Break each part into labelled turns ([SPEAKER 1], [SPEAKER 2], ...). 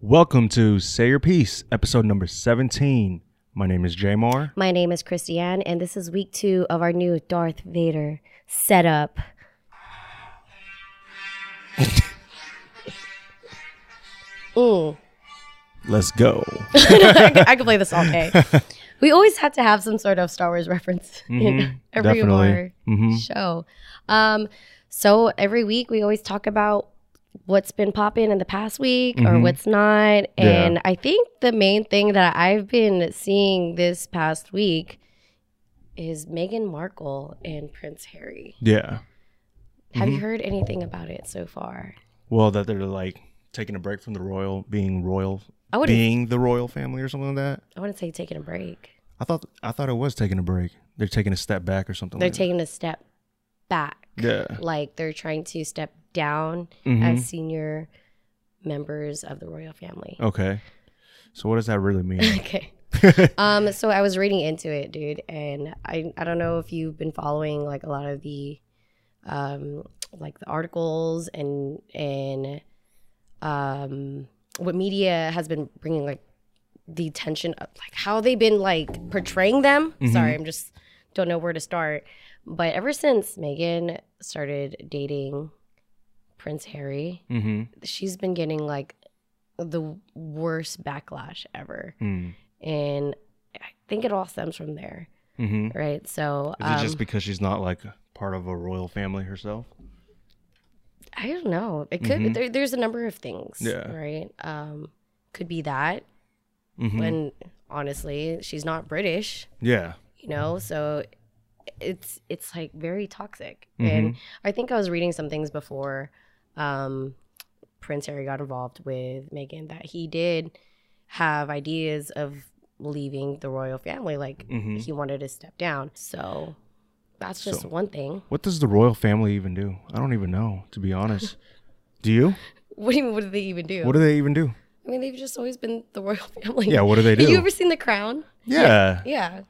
[SPEAKER 1] Welcome to Say Your Piece, episode number 17. My name is Jamar.
[SPEAKER 2] My name is Christiane, and this is week two of our new Darth Vader setup. Mm.
[SPEAKER 3] Let's go.
[SPEAKER 2] I, could, I could play this all day. we always have to have some sort of Star Wars reference in every of
[SPEAKER 1] Mm-hmm. definitely.
[SPEAKER 2] our
[SPEAKER 1] Mhm.
[SPEAKER 2] show. Um, so every week we always talk about what's been popping in the past week or
[SPEAKER 1] Mhm.
[SPEAKER 2] what's not.
[SPEAKER 1] Yeah.
[SPEAKER 2] And I think the main thing that I've been seeing this past week is Meghan Markle and Prince Harry.
[SPEAKER 1] Yeah.
[SPEAKER 2] Have you heard anything about it so far?
[SPEAKER 1] Well, that they're like taking a break from the royal, being royal,
[SPEAKER 2] I wouldn't.
[SPEAKER 1] being the royal family or something like that.
[SPEAKER 2] I wouldn't say taking a break.
[SPEAKER 1] I thought I thought it was taking a break. They're taking a step back or something.
[SPEAKER 2] They're
[SPEAKER 1] like
[SPEAKER 2] taking a step back.
[SPEAKER 1] that. Yeah.
[SPEAKER 2] like they're trying to step down
[SPEAKER 1] Mhm.
[SPEAKER 2] as senior members of the royal family.
[SPEAKER 1] Okay. So what does that really mean?
[SPEAKER 2] Okay. um so I was reading into it, dude, and I I don't know if you've been following like a lot of the um like the articles and and um what media has been bringing like the tension of like how they've been like portraying them. Sorry, I'm just don't know where to start. But ever since Megan started dating Prince Harry,
[SPEAKER 1] mm-hmm.
[SPEAKER 2] she's been getting like the worst backlash ever
[SPEAKER 1] Mm.
[SPEAKER 2] and i think it all stems from there
[SPEAKER 1] Mm-hmm.
[SPEAKER 2] right so
[SPEAKER 1] Is it
[SPEAKER 2] um,
[SPEAKER 1] just because she's not like part of a royal family herself?
[SPEAKER 2] i don't know it could
[SPEAKER 1] Mhm.
[SPEAKER 2] there, there's a number of things
[SPEAKER 1] Yeah.
[SPEAKER 2] right um could be that
[SPEAKER 1] Mm-hmm.
[SPEAKER 2] when honestly she's not british
[SPEAKER 1] yeah.
[SPEAKER 2] you know so it's it's like very toxic
[SPEAKER 1] Mm-hmm.
[SPEAKER 2] and i think i was reading some things before um prince harry got involved with megan that he did have ideas of leaving the royal family like
[SPEAKER 1] Mhm.
[SPEAKER 2] he wanted to step down so that's just
[SPEAKER 1] So-
[SPEAKER 2] one thing
[SPEAKER 1] What does the royal family even do? I don't even know, to be honest. do you?
[SPEAKER 2] what do you mean what do they even do
[SPEAKER 1] What do they even do?
[SPEAKER 2] i mean they've just always been the royal family
[SPEAKER 1] Yeah, what do they
[SPEAKER 2] have you
[SPEAKER 1] do?
[SPEAKER 2] ever seen the crown
[SPEAKER 1] Yeah.
[SPEAKER 2] Yeah.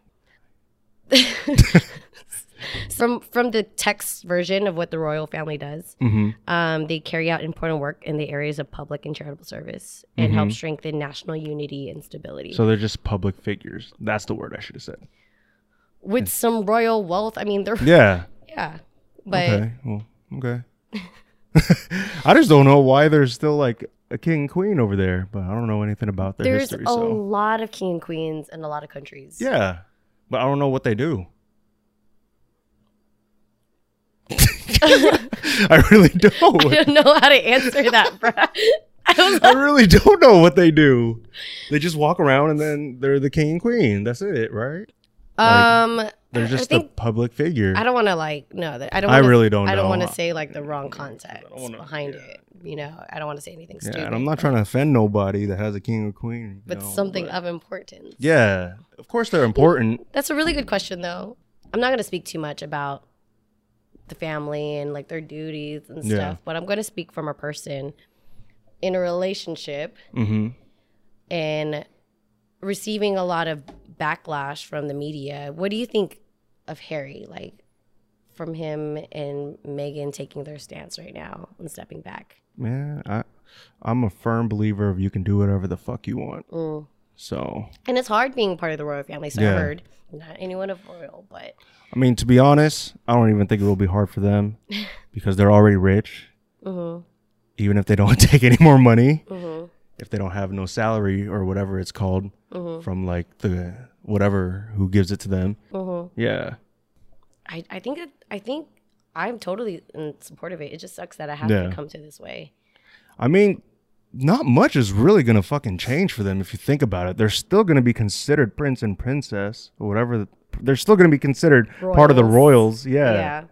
[SPEAKER 2] from from the text version of what the royal family does,
[SPEAKER 1] Mm-hmm.
[SPEAKER 2] um, they carry out important work in the areas of public and charitable service and help strengthen national unity and stability.
[SPEAKER 1] Mm-hmm. So they're just public figures. That's the word I should have said.
[SPEAKER 2] With some royal wealth, I mean, they're
[SPEAKER 1] Yeah.
[SPEAKER 2] yeah, but
[SPEAKER 1] Okay. Well, okay. I just don't know why there's still like a king and queen over there, but I don't know anything about their
[SPEAKER 2] there's
[SPEAKER 1] history.
[SPEAKER 2] a
[SPEAKER 1] So
[SPEAKER 2] lot of king and queens in a lot of countries.
[SPEAKER 1] yeah, but I don't know what they do. I really don't.
[SPEAKER 2] I don't know how to answer that, bruh. I was
[SPEAKER 1] I really don't know what they do. They just walk around and then they're the king and queen. That's it, right?
[SPEAKER 2] um,
[SPEAKER 1] They're
[SPEAKER 2] I- I
[SPEAKER 1] just
[SPEAKER 2] think
[SPEAKER 1] a public figure.
[SPEAKER 2] I don't want to like no. that- I don't.
[SPEAKER 1] I
[SPEAKER 2] Wanna,
[SPEAKER 1] really don't
[SPEAKER 2] I don't
[SPEAKER 1] know.
[SPEAKER 2] want to say like the wrong context
[SPEAKER 1] wanna-
[SPEAKER 2] behind
[SPEAKER 1] yeah.
[SPEAKER 2] it. You know, I don't want to say anything
[SPEAKER 1] yeah,
[SPEAKER 2] stupid.
[SPEAKER 1] and I'm not trying to offend nobody that has a king or queen. you
[SPEAKER 2] But
[SPEAKER 1] know,
[SPEAKER 2] something
[SPEAKER 1] but-
[SPEAKER 2] of importance.
[SPEAKER 1] Yeah, of course they're important.
[SPEAKER 2] That's a really good question, though. I'm not going to speak too much about the family and like their duties and
[SPEAKER 1] Yeah.
[SPEAKER 2] stuff, but I'm going to speak from a person in a relationship
[SPEAKER 1] Mm-hmm.
[SPEAKER 2] and receiving a lot of backlash from the media. What do you think of Harry? Like from him and Megan taking their stance right now and stepping back.
[SPEAKER 1] Man, I, I'm a firm believer of you can do whatever the fuck you want.
[SPEAKER 2] Mm.
[SPEAKER 1] So,
[SPEAKER 2] And it's hard being part of the royal family. So I
[SPEAKER 1] Yeah.
[SPEAKER 2] heard not anyone of royal, but
[SPEAKER 1] I mean, to be honest, I don't even think it will be hard for them because they're already rich.
[SPEAKER 2] mm-hmm,
[SPEAKER 1] Even if they don't take any more money,
[SPEAKER 2] mm-hmm,
[SPEAKER 1] if they don't have no salary or whatever it's called
[SPEAKER 2] mm-hmm,
[SPEAKER 1] from like the whatever who gives it to them.
[SPEAKER 2] mm-hmm.
[SPEAKER 1] Yeah.
[SPEAKER 2] I, I think it, I think I'm totally in support of it. It just sucks that I have
[SPEAKER 1] Yeah.
[SPEAKER 2] to come to this way.
[SPEAKER 1] I mean, not much is really going to fucking change for them if you think about it. They're still going to be considered prince and princess or whatever. The, they're still going to be considered part of the royals. Yeah.
[SPEAKER 2] Yeah.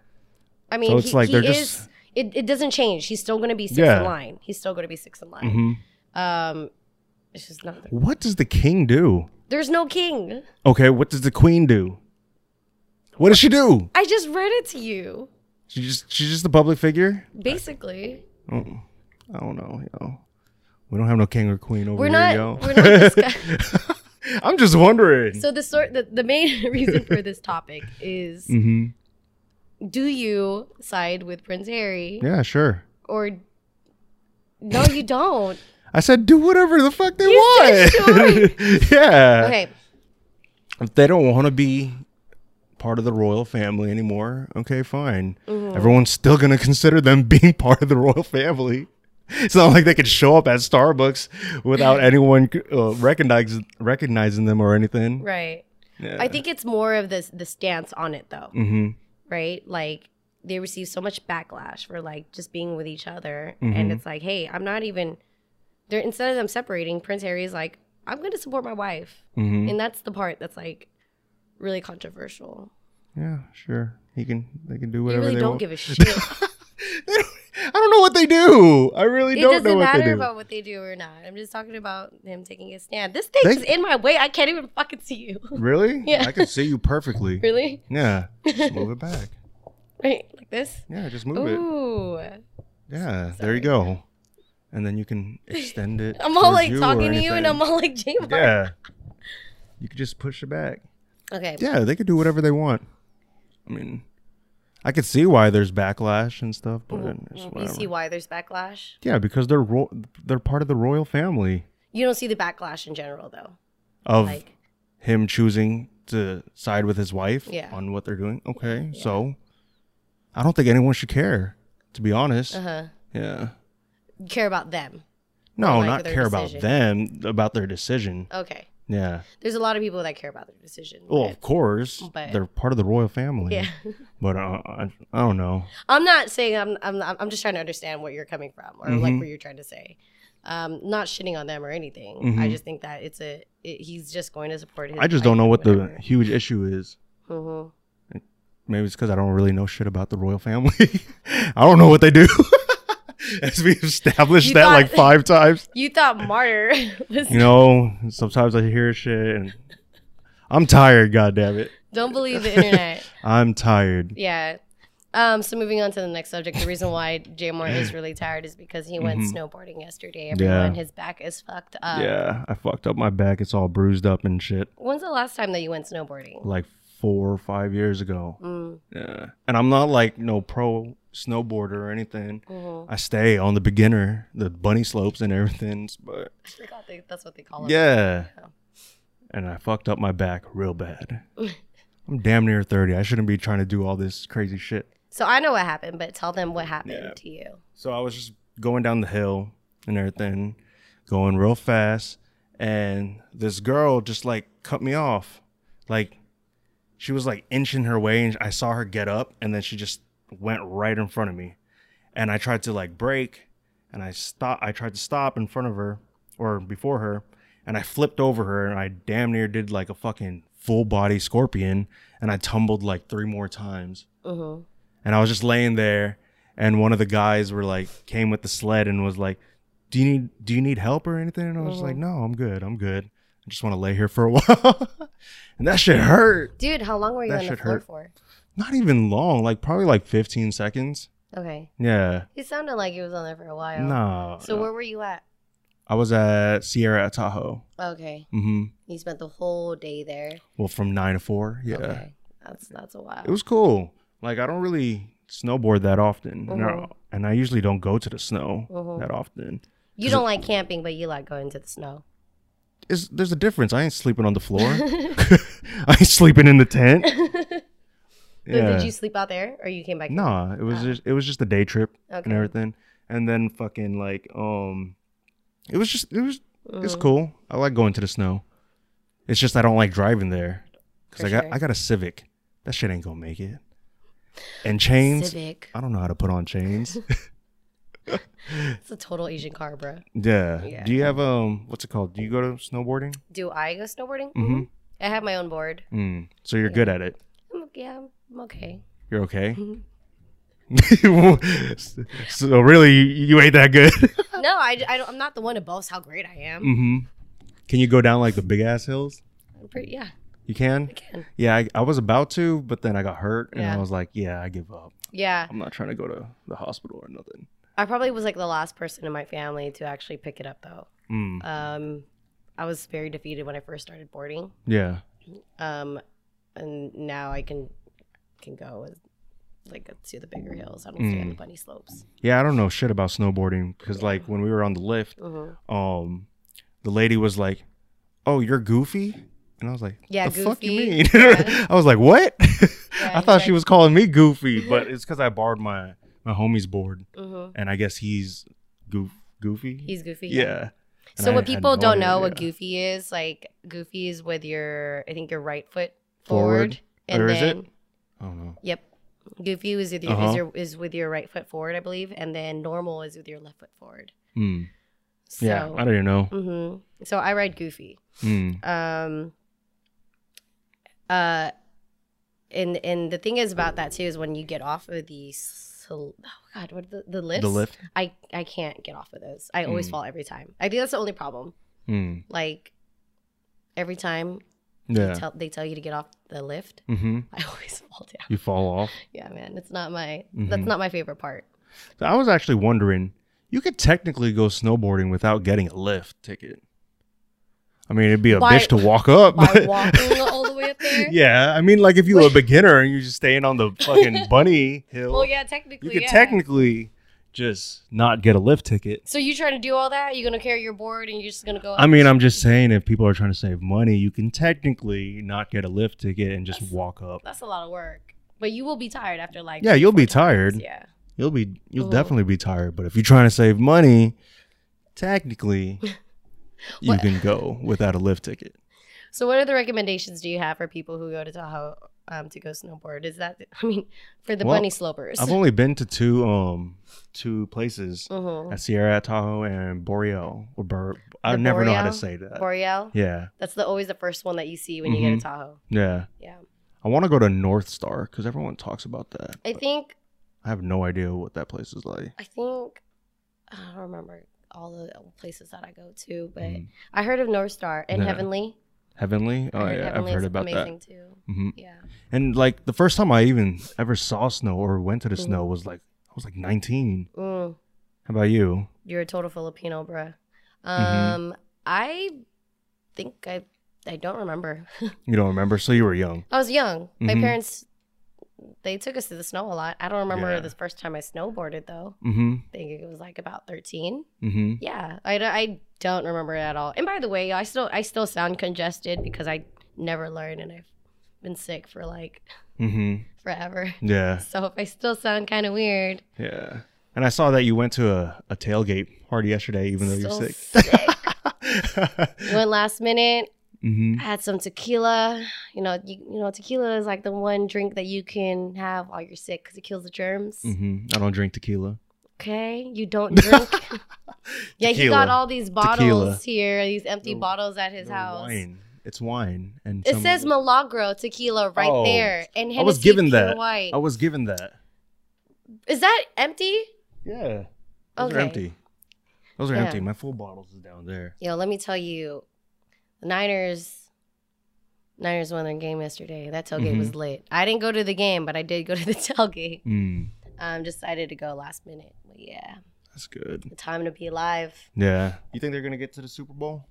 [SPEAKER 2] I mean,
[SPEAKER 1] So it's
[SPEAKER 2] he,
[SPEAKER 1] like
[SPEAKER 2] he
[SPEAKER 1] they're
[SPEAKER 2] is.
[SPEAKER 1] just-
[SPEAKER 2] It, it doesn't change. He's still going to be six
[SPEAKER 1] Yeah.
[SPEAKER 2] in line. He's still going to be six in line.
[SPEAKER 1] Mhm.
[SPEAKER 2] Um, it's just not.
[SPEAKER 1] What does the king do?
[SPEAKER 2] There's no king.
[SPEAKER 1] Okay, what does the queen do? What does she do?
[SPEAKER 2] I just read it to you,
[SPEAKER 1] She just she's just a public figure.
[SPEAKER 2] basically.
[SPEAKER 1] Oh, I don't know, yo. We don't have no king or queen over
[SPEAKER 2] We're
[SPEAKER 1] here,
[SPEAKER 2] not.
[SPEAKER 1] yo.
[SPEAKER 2] We're not discussing.
[SPEAKER 1] I'm just wondering.
[SPEAKER 2] So the sort the, the main reason for this topic is
[SPEAKER 1] hmm
[SPEAKER 2] do you side with Prince Harry
[SPEAKER 1] Yeah, sure.
[SPEAKER 2] or no you don't.
[SPEAKER 1] I said, do whatever the fuck they
[SPEAKER 2] You
[SPEAKER 1] want.
[SPEAKER 2] said
[SPEAKER 1] yeah.
[SPEAKER 2] Okay.
[SPEAKER 1] If they don't want to be part of the royal family anymore, okay, fine. Everyone's still going to consider them being part of the royal family. It's not like they could show up at Starbucks without anyone uh, recognize, recognizing them or anything.
[SPEAKER 2] Right.
[SPEAKER 1] Yeah.
[SPEAKER 2] I think it's more of this the stance on it though,
[SPEAKER 1] hmm
[SPEAKER 2] right? Like they receive so much backlash for like just being with each other, and it's like, hey, I'm not even. They're instead of them separating, Prince Harry is like, I'm going to support my wife,
[SPEAKER 1] hmm
[SPEAKER 2] and that's the part that's like really controversial.
[SPEAKER 1] Yeah, sure. He can. They can do
[SPEAKER 2] You
[SPEAKER 1] whatever
[SPEAKER 2] really
[SPEAKER 1] they
[SPEAKER 2] don't
[SPEAKER 1] want.
[SPEAKER 2] give a shit.
[SPEAKER 1] They don't- I don't know what they do. I really
[SPEAKER 2] it
[SPEAKER 1] don't know
[SPEAKER 2] doesn't
[SPEAKER 1] what they
[SPEAKER 2] matter
[SPEAKER 1] do.
[SPEAKER 2] about what they do or not. I'm just talking about him taking a stand. This thing
[SPEAKER 1] They-
[SPEAKER 2] is in my way. I can't even fucking see you.
[SPEAKER 1] really?
[SPEAKER 2] Yeah.
[SPEAKER 1] I can see you perfectly.
[SPEAKER 2] really?
[SPEAKER 1] Yeah. Just move it back.
[SPEAKER 2] Right? Like this?
[SPEAKER 1] Yeah, just move it.
[SPEAKER 2] Ooh.
[SPEAKER 1] Yeah, there you go. And then you can extend it.
[SPEAKER 2] I'm all
[SPEAKER 1] towards
[SPEAKER 2] like
[SPEAKER 1] you or
[SPEAKER 2] talking to you and I'm
[SPEAKER 1] anything.
[SPEAKER 2] all like James.
[SPEAKER 1] Yeah. You could just push it back.
[SPEAKER 2] Okay.
[SPEAKER 1] Yeah, they could do whatever they want. I mean, I could see why there's backlash and stuff, but it's
[SPEAKER 2] Mm-hmm. You
[SPEAKER 1] whatever.
[SPEAKER 2] see why there's backlash?
[SPEAKER 1] yeah, because they're ro- they're part of the royal family
[SPEAKER 2] You don't see the backlash in general though.
[SPEAKER 1] of
[SPEAKER 2] Like
[SPEAKER 1] him choosing to side with his wife
[SPEAKER 2] Yeah.
[SPEAKER 1] on what they're doing. Okay, so I don't think anyone should care, to be honest.
[SPEAKER 2] uh-huh.
[SPEAKER 1] Yeah.
[SPEAKER 2] You care about them.
[SPEAKER 1] No,
[SPEAKER 2] like
[SPEAKER 1] not
[SPEAKER 2] their
[SPEAKER 1] care about them,
[SPEAKER 2] decision.
[SPEAKER 1] about their decision.
[SPEAKER 2] Okay.
[SPEAKER 1] Yeah.
[SPEAKER 2] There's a lot of people that care about their decision.
[SPEAKER 1] Well,
[SPEAKER 2] but-
[SPEAKER 1] of course,
[SPEAKER 2] but-
[SPEAKER 1] they're part of the royal family.
[SPEAKER 2] Yeah.
[SPEAKER 1] But uh, I, I don't know.
[SPEAKER 2] I'm not saying I'm, I'm I'm just trying to understand what you're coming from or like
[SPEAKER 1] Mhm.
[SPEAKER 2] what you're trying to say. Um, not shitting on them or anything. I
[SPEAKER 1] Mhm.
[SPEAKER 2] just think that it's a it, he's just going to support his.
[SPEAKER 1] I just don't know what the huge issue is.
[SPEAKER 2] hmm
[SPEAKER 1] Maybe it's because I don't really know shit about the royal family. I don't know what they do. As we established
[SPEAKER 2] You
[SPEAKER 1] that
[SPEAKER 2] thought-
[SPEAKER 1] like five times.
[SPEAKER 2] You thought martyr was.
[SPEAKER 1] You know, sometimes I hear shit and I'm tired, God damn it.
[SPEAKER 2] Don't believe the internet.
[SPEAKER 1] I'm tired.
[SPEAKER 2] yeah. Um, so moving on to the next subject, the reason why Jamar is really tired is because he went
[SPEAKER 1] Mhm.
[SPEAKER 2] snowboarding yesterday. Everyone, his back is fucked up.
[SPEAKER 1] yeah, I fucked up my back. It's all bruised up and shit.
[SPEAKER 2] When's the last time that you went snowboarding?
[SPEAKER 1] Like four or five years ago.
[SPEAKER 2] Mm,
[SPEAKER 1] Yeah. And I'm not like no pro snowboarder or anything.
[SPEAKER 2] mhm.
[SPEAKER 1] I stay on the beginner, the bunny slopes and everything. But
[SPEAKER 2] I forgot they, that's what they call it.
[SPEAKER 1] yeah.
[SPEAKER 2] Yeah.
[SPEAKER 1] And I fucked up my back real bad. I'm damn near 30. I shouldn't be trying to do all this crazy shit.
[SPEAKER 2] So I know what happened, but tell them what happened
[SPEAKER 1] Yeah.
[SPEAKER 2] to you.
[SPEAKER 1] So I was just going down the hill and everything, going real fast. And this girl just like cut me off. Like she was like inching her way, and I saw her get up, and then she just went right in front of me. And I tried to like break, and I stop. I tried to stop in front of her or before her, and I flipped over her, and I damn near did like a fucking full body scorpion, and I tumbled like three more times
[SPEAKER 2] hmm
[SPEAKER 1] and I was just laying there, and one of the guys were like came with the sled and was like, "Do you need Do you need help or anything?" And I was just like,
[SPEAKER 2] Mm-hmm.
[SPEAKER 1] "No, I'm good. I'm good. I just want to lay here for a while." and that shit hurt.
[SPEAKER 2] Dude, how long were you
[SPEAKER 1] That
[SPEAKER 2] on the
[SPEAKER 1] shit
[SPEAKER 2] floor
[SPEAKER 1] hurt.
[SPEAKER 2] for?
[SPEAKER 1] Not even long, like probably like 15 seconds.
[SPEAKER 2] Okay.
[SPEAKER 1] Yeah.
[SPEAKER 2] It sounded like he was on there for a while.
[SPEAKER 1] Nah.
[SPEAKER 2] So where were you at?
[SPEAKER 1] I was at Sierra at Tahoe.
[SPEAKER 2] Okay.
[SPEAKER 1] hmm
[SPEAKER 2] You spent the whole day there.
[SPEAKER 1] Well, from nine to four. Yeah.
[SPEAKER 2] Okay. That's that's a while.
[SPEAKER 1] It was cool. Like I don't really snowboard that often, and, I,
[SPEAKER 2] Mhm.
[SPEAKER 1] and I usually don't go to the snow
[SPEAKER 2] Mhm.
[SPEAKER 1] that often.
[SPEAKER 2] you don't like camping, but you like going to the snow.
[SPEAKER 1] it's, there's a difference. I ain't sleeping on the floor. I ain't sleeping in the tent.
[SPEAKER 2] But did you sleep out there or you came back? here?
[SPEAKER 1] Nah, it was just it was just a day trip
[SPEAKER 2] Okay.
[SPEAKER 1] and everything, and then fucking like um, it was just it was
[SPEAKER 2] Mm.
[SPEAKER 1] it's cool. I like going to the snow. It's just I don't like driving there because
[SPEAKER 2] For
[SPEAKER 1] I got
[SPEAKER 2] sure.
[SPEAKER 1] I got a Civic. That shit ain't gonna make it. And chains.
[SPEAKER 2] Civic.
[SPEAKER 1] I don't know how to put on chains.
[SPEAKER 2] It's a total Asian car, bro.
[SPEAKER 1] yeah.
[SPEAKER 2] Yeah.
[SPEAKER 1] Do you have um? What's it called? Do you go to snowboarding?
[SPEAKER 2] Do I go snowboarding? Mm-hmm.
[SPEAKER 1] Mhm.
[SPEAKER 2] I have my own board.
[SPEAKER 1] Mm. So you're good at it.
[SPEAKER 2] I'm, yeah, I'm okay.
[SPEAKER 1] You're okay. so really, you, you ain't that good.
[SPEAKER 2] no, I, I don't, I'm not the one to boast how great I am.
[SPEAKER 1] mm-hmm. Can you go down like the big ass hills?
[SPEAKER 2] I'm pretty, yeah,
[SPEAKER 1] You can.
[SPEAKER 2] I can.
[SPEAKER 1] Yeah, I, I was about to, but then I got hurt, and
[SPEAKER 2] Yeah.
[SPEAKER 1] I was like, yeah, I give up.
[SPEAKER 2] Yeah.
[SPEAKER 1] I'm not trying to go to the hospital or nothing.
[SPEAKER 2] I probably was like the last person in my family to actually pick it up though.
[SPEAKER 1] Mm.
[SPEAKER 2] Um, I was very defeated when I first started boarding.
[SPEAKER 1] Yeah.
[SPEAKER 2] Um, and now I can can go with like to the bigger hills. I don't stay on
[SPEAKER 1] Mm.
[SPEAKER 2] the bunny slopes.
[SPEAKER 1] Yeah, I don't know shit about snowboarding because like when we were on the lift,
[SPEAKER 2] Mhm.
[SPEAKER 1] um, the lady was like, "Oh, you're goofy," and I was like,
[SPEAKER 2] Yeah,
[SPEAKER 1] the fuck you
[SPEAKER 2] Goofy.
[SPEAKER 1] mean?"
[SPEAKER 2] Yeah.
[SPEAKER 1] I was like, "What?" I
[SPEAKER 2] he's
[SPEAKER 1] thought she
[SPEAKER 2] like-
[SPEAKER 1] was calling me goofy, but it's because I borrowed my my homie's board,
[SPEAKER 2] Mhm.
[SPEAKER 1] and I guess he's goof goofy.
[SPEAKER 2] He's goofy.
[SPEAKER 1] yeah. And
[SPEAKER 2] So
[SPEAKER 1] I
[SPEAKER 2] what
[SPEAKER 1] had no
[SPEAKER 2] people don't
[SPEAKER 1] idea,
[SPEAKER 2] know what
[SPEAKER 1] yeah.
[SPEAKER 2] goofy is, like goofy is with your I think your right foot
[SPEAKER 1] Forward?
[SPEAKER 2] forward, and
[SPEAKER 1] Or is it?
[SPEAKER 2] then
[SPEAKER 1] I don't know.
[SPEAKER 2] yep. Goofy is with your,
[SPEAKER 1] Uh-huh.
[SPEAKER 2] is your is with your right foot forward, I believe, and then normal is with your left foot forward.
[SPEAKER 1] Hmm.
[SPEAKER 2] So,
[SPEAKER 1] Yeah, I don't even know.
[SPEAKER 2] hmm So I ride goofy.
[SPEAKER 1] Hmm.
[SPEAKER 2] Um. Uh, and and the thing is about that too is when you get off of the sl- oh god what are the the lifts
[SPEAKER 1] The lift.
[SPEAKER 2] I I can't get off of those. I always
[SPEAKER 1] Mm.
[SPEAKER 2] fall every time. I think that's the only problem.
[SPEAKER 1] Hmm.
[SPEAKER 2] Like every time
[SPEAKER 1] Yeah.
[SPEAKER 2] they, tell, they tell you to get off the lift,
[SPEAKER 1] Mm-hmm.
[SPEAKER 2] I always fall down.
[SPEAKER 1] You fall off.
[SPEAKER 2] Yeah, man, it's not my
[SPEAKER 1] Mhm.
[SPEAKER 2] that's not my favorite part.
[SPEAKER 1] So I was actually wondering, you could technically go snowboarding without getting a lift ticket. I mean, it'd be a
[SPEAKER 2] By-
[SPEAKER 1] bitch to walk up.
[SPEAKER 2] By
[SPEAKER 1] but-
[SPEAKER 2] walking all the way up there.
[SPEAKER 1] yeah, I mean, like if you were a beginner and you're just staying on the fucking bunny hill,
[SPEAKER 2] Well, yeah,
[SPEAKER 1] you
[SPEAKER 2] technically.
[SPEAKER 1] could
[SPEAKER 2] yeah.
[SPEAKER 1] technically just not get a lift ticket.
[SPEAKER 2] So you trying to do all that? You're gonna carry your board and you're just gonna go.
[SPEAKER 1] I mean, I'm just saying, if people are trying to save money, you can technically not get a lift ticket and just walk up.
[SPEAKER 2] that's a lot of work, but you will be tired after like.
[SPEAKER 1] Yeah, you'll be tired.
[SPEAKER 2] Yeah.
[SPEAKER 1] You'll be, you'll
[SPEAKER 2] Mhm.
[SPEAKER 1] definitely be tired. But if you're trying to save money, technically, you
[SPEAKER 2] What-
[SPEAKER 1] can go without a lift ticket.
[SPEAKER 2] So what other recommendations do you have for people who go to Tahoe um, to go snowboard? Is that I mean for the
[SPEAKER 1] Well,
[SPEAKER 2] bunny slopers?
[SPEAKER 1] I've only been to two um two places
[SPEAKER 2] Mhm.
[SPEAKER 1] at Sierra Tahoe and Boreal or Bur- I
[SPEAKER 2] The
[SPEAKER 1] never know how to
[SPEAKER 2] Boreal?
[SPEAKER 1] say that.
[SPEAKER 2] Boreal.
[SPEAKER 1] uh, yeah,
[SPEAKER 2] That's the always the first one that you see when you go
[SPEAKER 1] Mhm.
[SPEAKER 2] to Tahoe.
[SPEAKER 1] yeah.
[SPEAKER 2] Yeah.
[SPEAKER 1] I want to go to North Star because everyone talks about that.
[SPEAKER 2] I
[SPEAKER 1] but
[SPEAKER 2] think
[SPEAKER 1] I have no idea what that place is like.
[SPEAKER 2] I think I don't remember all the places that I go to, but
[SPEAKER 1] Mhm.
[SPEAKER 2] I heard of North Star and
[SPEAKER 1] Yeah.
[SPEAKER 2] Heavenly.
[SPEAKER 1] Heavenly.
[SPEAKER 2] I
[SPEAKER 1] Oh yeah, I've heard
[SPEAKER 2] is
[SPEAKER 1] about
[SPEAKER 2] amazing too.
[SPEAKER 1] that. hmm
[SPEAKER 2] Yeah.
[SPEAKER 1] And like the first time I even ever saw snow or went to the
[SPEAKER 2] Mhm.
[SPEAKER 1] snow was like I was like 19.
[SPEAKER 2] Mm,
[SPEAKER 1] How about you?
[SPEAKER 2] you're a total Filipino, bruh.
[SPEAKER 1] Mhm.
[SPEAKER 2] Um, I think I I don't remember.
[SPEAKER 1] You don't remember, so you were young.
[SPEAKER 2] I was young. My
[SPEAKER 1] Mhm.
[SPEAKER 2] parents they took us to the snow a lot. I don't remember
[SPEAKER 1] Yeah.
[SPEAKER 2] the first time I snowboarded though.
[SPEAKER 1] hmm
[SPEAKER 2] I think it was like about 13.
[SPEAKER 1] hmm
[SPEAKER 2] Yeah, I, don't- I don't remember it at all. And by the way, I still I still sound congested because I never learn and I've been sick for like
[SPEAKER 1] hmm
[SPEAKER 2] forever.
[SPEAKER 1] Yeah.
[SPEAKER 2] So if I still sound kind of weird,
[SPEAKER 1] Yeah. And I saw that you went to a, a tailgate party yesterday, even though
[SPEAKER 2] still
[SPEAKER 1] you're sick.
[SPEAKER 2] One last minute,
[SPEAKER 1] hmm
[SPEAKER 2] I had some tequila. You know, you, you know, tequila is like the one drink that you can have while you're sick because it kills the germs.
[SPEAKER 1] hmm I don't drink tequila.
[SPEAKER 2] Okay, you don't drink. yeah, he
[SPEAKER 1] Tequila.
[SPEAKER 2] got all these bottles
[SPEAKER 1] Tequila.
[SPEAKER 2] here, these empty
[SPEAKER 1] No-
[SPEAKER 2] bottles at his
[SPEAKER 1] No,
[SPEAKER 2] house.
[SPEAKER 1] Wine. It's wine. And
[SPEAKER 2] It
[SPEAKER 1] some-
[SPEAKER 2] says Milagro tequila right
[SPEAKER 1] Oh,
[SPEAKER 2] there, and Hennessy
[SPEAKER 1] I was given
[SPEAKER 2] Pure
[SPEAKER 1] that.
[SPEAKER 2] White.
[SPEAKER 1] I was given that.
[SPEAKER 2] Is that empty?
[SPEAKER 1] Yeah. Those are
[SPEAKER 2] Okay.
[SPEAKER 1] empty. Those are
[SPEAKER 2] Yeah.
[SPEAKER 1] empty. My full bottles is down there.
[SPEAKER 2] Yo, let me tell you, the Niners, Niners won their game yesterday. That tailgate
[SPEAKER 1] Mm-hmm.
[SPEAKER 2] was lit. I didn't go to the game, but I did go to the tailgate.
[SPEAKER 1] Mm,
[SPEAKER 2] Um, decided to go last minute. But yeah,
[SPEAKER 1] that's good.
[SPEAKER 2] the time to be alive.
[SPEAKER 1] Yeah. You think they're going to get to the Super Bowl?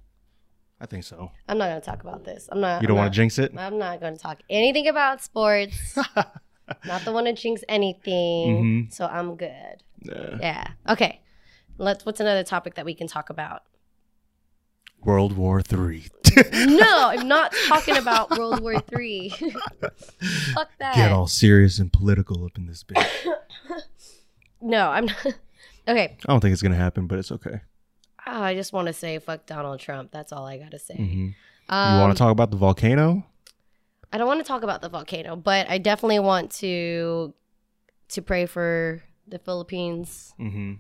[SPEAKER 1] I think so.
[SPEAKER 2] I'm not gonna talk about this. I'm not.
[SPEAKER 1] You don't
[SPEAKER 2] I'm
[SPEAKER 1] want to jinx it?
[SPEAKER 2] not- I'm not gonna talk anything about sports. not the one to jinx anything.
[SPEAKER 1] Mhm.
[SPEAKER 2] So I'm good.
[SPEAKER 1] yeah.
[SPEAKER 2] Yeah. Okay. Let's. What's another topic that we can talk about?
[SPEAKER 1] World War Three.
[SPEAKER 2] No, I'm not talking about World War Three. Fuck that.
[SPEAKER 1] Get all serious and political up in this bitch.
[SPEAKER 2] No, I'm not. Okay.
[SPEAKER 1] I don't think it's going to happen, but it's okay.
[SPEAKER 2] Oh, I just want to say fuck Donald Trump. That's all I got to say.
[SPEAKER 1] hmm
[SPEAKER 2] Um,
[SPEAKER 1] you want to talk about the volcano?
[SPEAKER 2] I don't want to talk about the volcano, but I definitely want to to pray for the Philippines
[SPEAKER 1] Mm-hmm.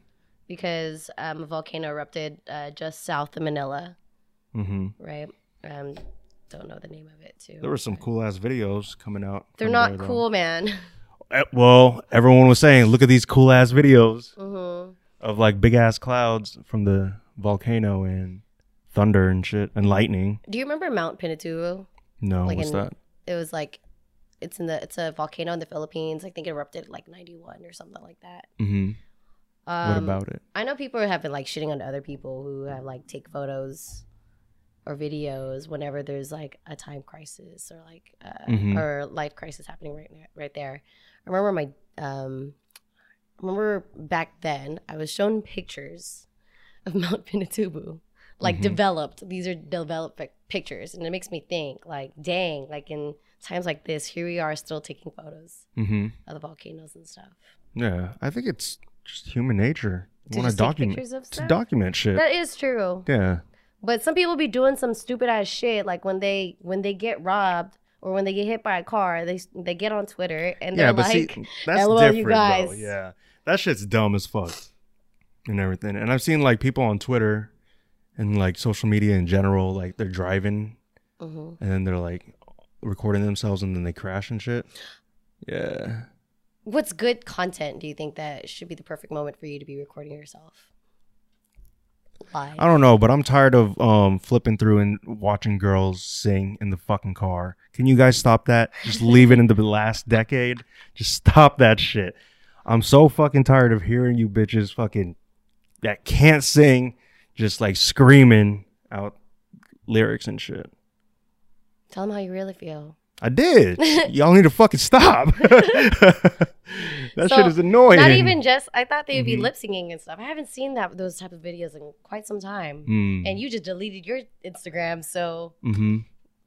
[SPEAKER 2] because um, a volcano erupted uh, just south of Manila,
[SPEAKER 1] Mm-hmm.
[SPEAKER 2] right? Um, don't know the name of it too.
[SPEAKER 1] There were some cool ass videos coming out.
[SPEAKER 2] They're
[SPEAKER 1] from
[SPEAKER 2] not
[SPEAKER 1] there, though.
[SPEAKER 2] cool, man.
[SPEAKER 1] Eh, Well, everyone was saying, look at these cool ass videos
[SPEAKER 2] hmm
[SPEAKER 1] of like big ass clouds from the volcano and thunder and shit and lightning.
[SPEAKER 2] Do you remember Mount Pinatubo?
[SPEAKER 1] No,
[SPEAKER 2] Like
[SPEAKER 1] what's
[SPEAKER 2] in-
[SPEAKER 1] that?
[SPEAKER 2] It was like it's in the it's a volcano in the Philippines. I think it erupted like ninety one or something like that.
[SPEAKER 1] Mm-hmm.
[SPEAKER 2] Um,
[SPEAKER 1] what about it?
[SPEAKER 2] I know people have been like shitting on other people who have like take photos or videos whenever there's like a time crisis or like uh,
[SPEAKER 1] Mhm.
[SPEAKER 2] or life crisis happening right now, right there. I remember my um, I remember back then I was shown pictures of Mount Pinatubu, like
[SPEAKER 1] Mhm.
[SPEAKER 2] developed. These are developed pic- pictures, and it makes me think, like, dang, like in times like this, here we are still taking photos
[SPEAKER 1] Mm-hmm.
[SPEAKER 2] of the volcanoes and stuff.
[SPEAKER 1] Yeah, I think it's just human nature.
[SPEAKER 2] To
[SPEAKER 1] want to
[SPEAKER 2] just take
[SPEAKER 1] document
[SPEAKER 2] pictures of
[SPEAKER 1] to
[SPEAKER 2] stuff?
[SPEAKER 1] document shit.
[SPEAKER 2] That is true.
[SPEAKER 1] yeah.
[SPEAKER 2] But some people be doing some stupid ass shit, like when they when they get robbed or when they get hit by a car, they they get on Twitter and they're
[SPEAKER 1] yeah, but
[SPEAKER 2] like,
[SPEAKER 1] see, that's
[SPEAKER 2] "LOL, you
[SPEAKER 1] different, though.
[SPEAKER 2] guys."
[SPEAKER 1] Yeah, that shit's dumb as fuck and everything. And I've seen like people on Twitter and like social media in general, like they're driving
[SPEAKER 2] Mhm.
[SPEAKER 1] and then they're like recording themselves and then they crash and shit. Yeah,
[SPEAKER 2] "What's good content? Do you think that should be the perfect moment for you to be recording yourself?" Live.
[SPEAKER 1] I don't know, but I'm tired of um flipping through and watching girls sing in the fucking car. Can you guys stop that? Just leave it in the last decade. Just stop that shit. I'm so fucking tired of hearing you bitches fucking that can't sing, just like screaming out lyrics and shit.
[SPEAKER 2] Tell them how you really feel.
[SPEAKER 1] I did. Y'all need to fucking stop. that
[SPEAKER 2] So,
[SPEAKER 1] shit is annoying.
[SPEAKER 2] Not even just. I thought they would be
[SPEAKER 1] Mhm.
[SPEAKER 2] lip syncing and stuff. I haven't seen that those type of videos in quite some time.
[SPEAKER 1] Mm,
[SPEAKER 2] And you just deleted your Instagram, so
[SPEAKER 1] hmm